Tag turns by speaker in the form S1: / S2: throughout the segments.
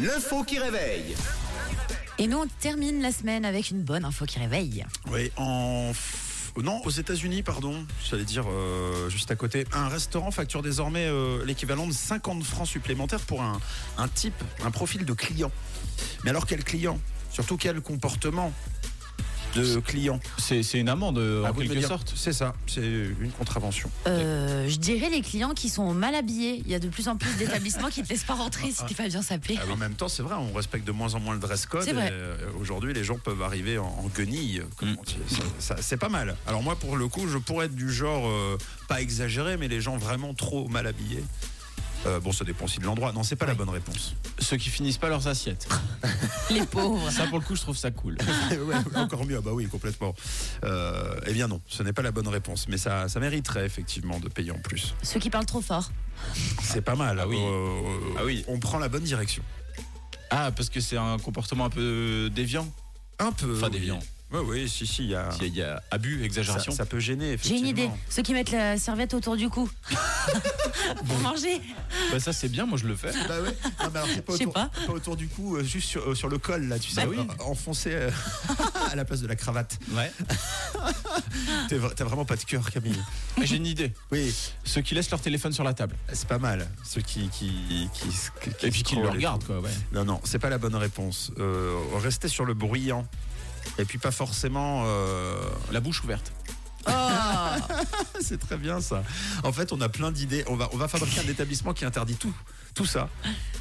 S1: L'info qui réveille.
S2: Et nous, on termine la semaine avec une bonne info qui réveille.
S3: Oui, en. f- Non, aux États-Unis, pardon, j'allais dire euh, juste à côté. Un restaurant facture désormais euh, l'équivalent de 50 francs supplémentaires pour un, un type, un profil de client. Mais alors quel client Surtout quel comportement de client
S4: C'est c'est une amende euh,
S3: Ah,
S4: en
S3: vous devez
S4: quelque
S3: dire.
S4: sorte.
S3: C'est ça, c'est une contravention.
S2: Euh, je dirais les clients qui sont mal habillés. Il y a de plus en plus d'établissements qui ne te laissent pas rentrer si t'es pas bien sapé.
S3: En même temps, c'est vrai, on respecte de moins en moins le dress code.
S2: C'est vrai.
S3: et, euh, Aujourd'hui, les gens peuvent arriver en, en guenilles. comme
S4: Mm.
S3: on dit. Ça- ça- C'est pas mal. Alors moi, pour le coup, je pourrais être du genre euh, pas exagéré, mais les gens vraiment trop mal habillés. Euh, bon, ça dépend aussi de l'endroit. Non, c'est pas la bonne réponse.
S4: Ceux qui finissent pas leurs assiettes.
S2: Les pauvres.
S4: Ça, pour le coup, je trouve ça cool.
S3: Ouais, encore mieux. Ah bah oui, complètement. Euh, eh bien non, ce n'est pas la bonne réponse. Mais ça, ça mériterait effectivement de payer en plus.
S2: Ceux qui parlent trop fort.
S3: C'est pas mal.
S4: Ah oui.
S3: Euh,
S4: Ah oui.
S3: On prend la bonne direction.
S4: Ah, parce que c'est un comportement un peu déviant.
S3: Un peu.
S4: Enfin,
S3: oui.
S4: déviant.
S3: Oui, oui, si, si, il y a.
S4: Il y a- il y, a abus,
S3: Ça,
S4: exagération.
S3: ça peut gêner,
S2: J'ai
S3: effectivement.
S2: une idée. Ceux qui mettent la serviette autour du cou. Pour manger.
S4: Bah, ça, c'est bien, moi je le fais.
S3: Bah ouais. Non, mais alors, c'est pas,
S2: Je sais
S3: autour,
S2: pas.
S3: pas autour du cou, euh, juste sur, euh, sur le col là, tu sais,
S4: Bah oui.
S3: euh, enfoncé euh, à la place de la cravate.
S4: Ouais.
S3: T'es vra- T'as vraiment pas de cœur, Camille.
S4: J'ai une idée.
S3: Oui,
S4: Ceux qui laissent leur téléphone sur la table.
S3: c'est pas mal. Ceux qui qui qui, s- qui- qui
S4: Et puis qui le
S3: scrollent et
S4: regardent,
S3: tout.
S4: quoi. Ouais.
S3: Non, non, c'est pas la bonne réponse. Euh, restez sur le bruyant. Et puis pas forcément. euh,
S4: La bouche ouverte.
S2: Ah,
S3: c'est très bien ça. En fait, on a plein d'idées. On va on va fabriquer un établissement qui interdit tout tout ça.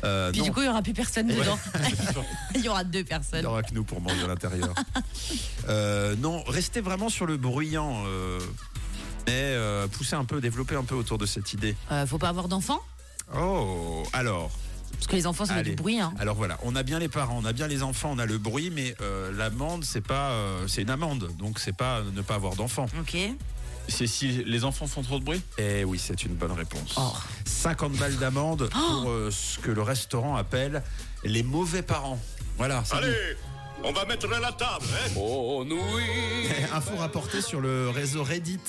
S3: Euh,
S2: Puis
S3: non.
S2: du coup, il n'y aura plus personne dedans.
S4: C'est sûr.
S2: Il y aura deux
S3: Il n'y
S2: personnes.
S3: aura que nous pour manger à l'intérieur. Euh, non, restez vraiment sur le bruyant. euh, mais euh, poussez un peu, développez un peu autour de cette idée.
S2: Euh, faut pas avoir d'enfants.
S3: Oh, alors,
S2: Parce que les enfants, ça fait du
S3: Allez.
S2: bruit. hein.
S3: alors voilà, on a bien les parents, on a bien les enfants, on a le bruit, mais euh, l'amende, c'est pas, euh, c'est une amende, donc c'est pas ne pas avoir d'enfants.
S2: Ok.
S4: C'est si les enfants font trop de bruit
S3: Eh oui, c'est une bonne réponse.
S2: Oh.
S3: 50 balles d'amende pour euh, ce que le restaurant appelle les mauvais parents. Voilà, c'est dit.
S5: Allez, on va mettre la table, hein
S3: Info rapportée sur le réseau Reddit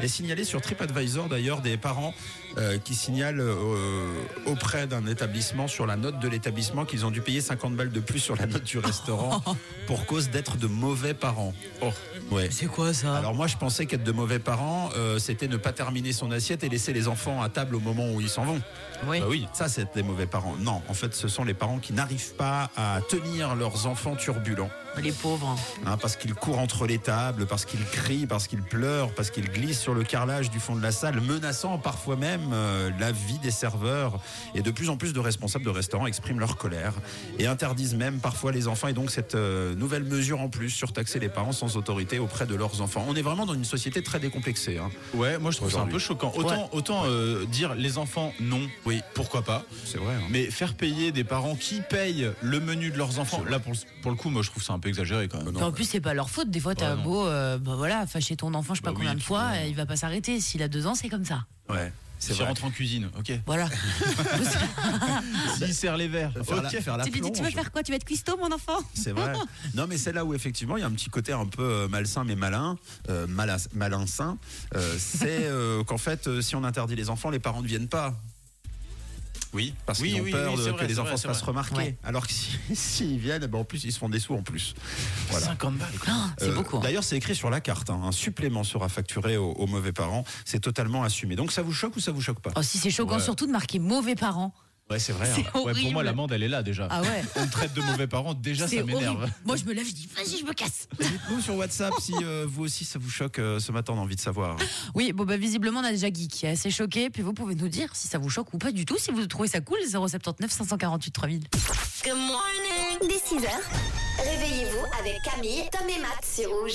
S3: et signalée sur TripAdvisor d'ailleurs des parents euh, qui signalent euh, auprès d'un établissement sur la note de l'établissement qu'ils ont dû payer 50 balles de plus sur la note du restaurant pour cause d'être de mauvais parents. Oh, ouais.
S2: C'est quoi ça
S3: Alors moi je pensais qu'être de mauvais parents, euh, c'était ne pas terminer son assiette et laisser les enfants à table au moment où ils s'en vont.
S2: Oui.
S3: Bah oui, ça c'est des mauvais parents. Non, en fait ce sont les parents qui n'arrivent pas à tenir leurs enfants turbulents.
S2: Ah, Les pauvres.
S3: Hein, parce qu'il court entre les tables, parce qu'il crie, parce qu'il pleure, parce qu'il glisse sur le carrelage du fond de la salle, menaçant parfois même euh, la vie des serveurs. Et de plus en plus de responsables de restaurants expriment leur colère et interdisent même parfois les enfants. Et donc cette euh, nouvelle mesure en plus, surtaxer les parents sans autorité auprès de leurs enfants. On est vraiment dans une société très décomplexée. hein.
S4: Ouais, moi je trouve ça un
S3: Aujourd'hui.
S4: peu choquant. Autant, autant euh, dire les enfants non, oui, pourquoi pas.
S3: C'est vrai. hein.
S4: Mais faire payer des parents qui payent le menu de leurs enfants,
S3: C'est vrai.
S4: là pour le, pour le coup, moi je trouve ça un peu exagéré quand même.
S2: Puis en plus, c'est pas leur faute. Des fois, t'as
S4: Bah non.
S2: beau euh, bah voilà, fâcher ton enfant, je sais pas
S4: Bah oui,
S2: combien de
S4: puis
S2: fois,
S4: bon.
S2: euh, il va pas s'arrêter. S'il a deux ans, c'est comme ça.
S3: Ouais. C'est
S4: S'il
S3: vrai.
S4: rentre en cuisine, ok.
S2: Voilà.
S4: S'il sert les verres,
S3: Faire la-
S4: ok.
S3: faire la
S2: tu lui dis, tu veux
S3: plonge.
S2: faire quoi Tu vas être cuistot, mon enfant
S3: C'est vrai. Non, mais c'est là où effectivement il y a un petit côté un peu euh, malsain mais malin, euh, malas- malin-sain. euh, c'est euh, qu'en fait, euh, si on interdit les enfants, les parents ne viennent pas. Oui, parce
S4: Oui,
S3: qu'ils ont
S4: oui,
S3: peur
S4: oui,
S3: de-
S4: c'est vrai,
S3: que les
S4: c'est
S3: enfants
S4: vrai,
S3: se
S4: c'est
S3: fassent
S4: vrai.
S3: remarquer.
S2: Ouais.
S3: Alors que si- s'ils viennent, eh ben, en plus, ils se font des sous en plus. Voilà.
S4: 50 balles. quoi.
S2: Ah, C'est
S3: Euh,
S2: beaucoup. hein.
S3: D'ailleurs, c'est écrit sur la carte. hein, un supplément sera facturé aux, aux mauvais parents. C'est totalement assumé. Donc, ça vous choque ou ça vous choque pas
S2: Oh, si c'est choquant,
S4: Ouais.
S2: surtout de marquer mauvais parents.
S3: Ouais, c'est vrai. hein.
S2: C'est
S4: Ouais, pour
S2: horrible.
S4: moi, l'amende, elle est là déjà.
S2: Ah ouais.
S4: On me traite de mauvais parents, déjà
S2: C'est
S4: ça m'énerve.
S2: horrible. Moi, je me lève, je dis, vas-y, je me casse.
S4: hein.
S3: Dites-nous sur WhatsApp si euh, vous aussi ça vous choque euh, ce matin. On a envie de savoir.
S2: Oui, bon, bah, visiblement, on a déjà Guy qui est assez choqué. Puis vous pouvez nous dire si ça vous choque ou pas du tout, si vous trouvez ça cool, 079 548 3000.
S6: Dès 6h, réveillez-vous avec Camille, Tom et Matt sur Rouge.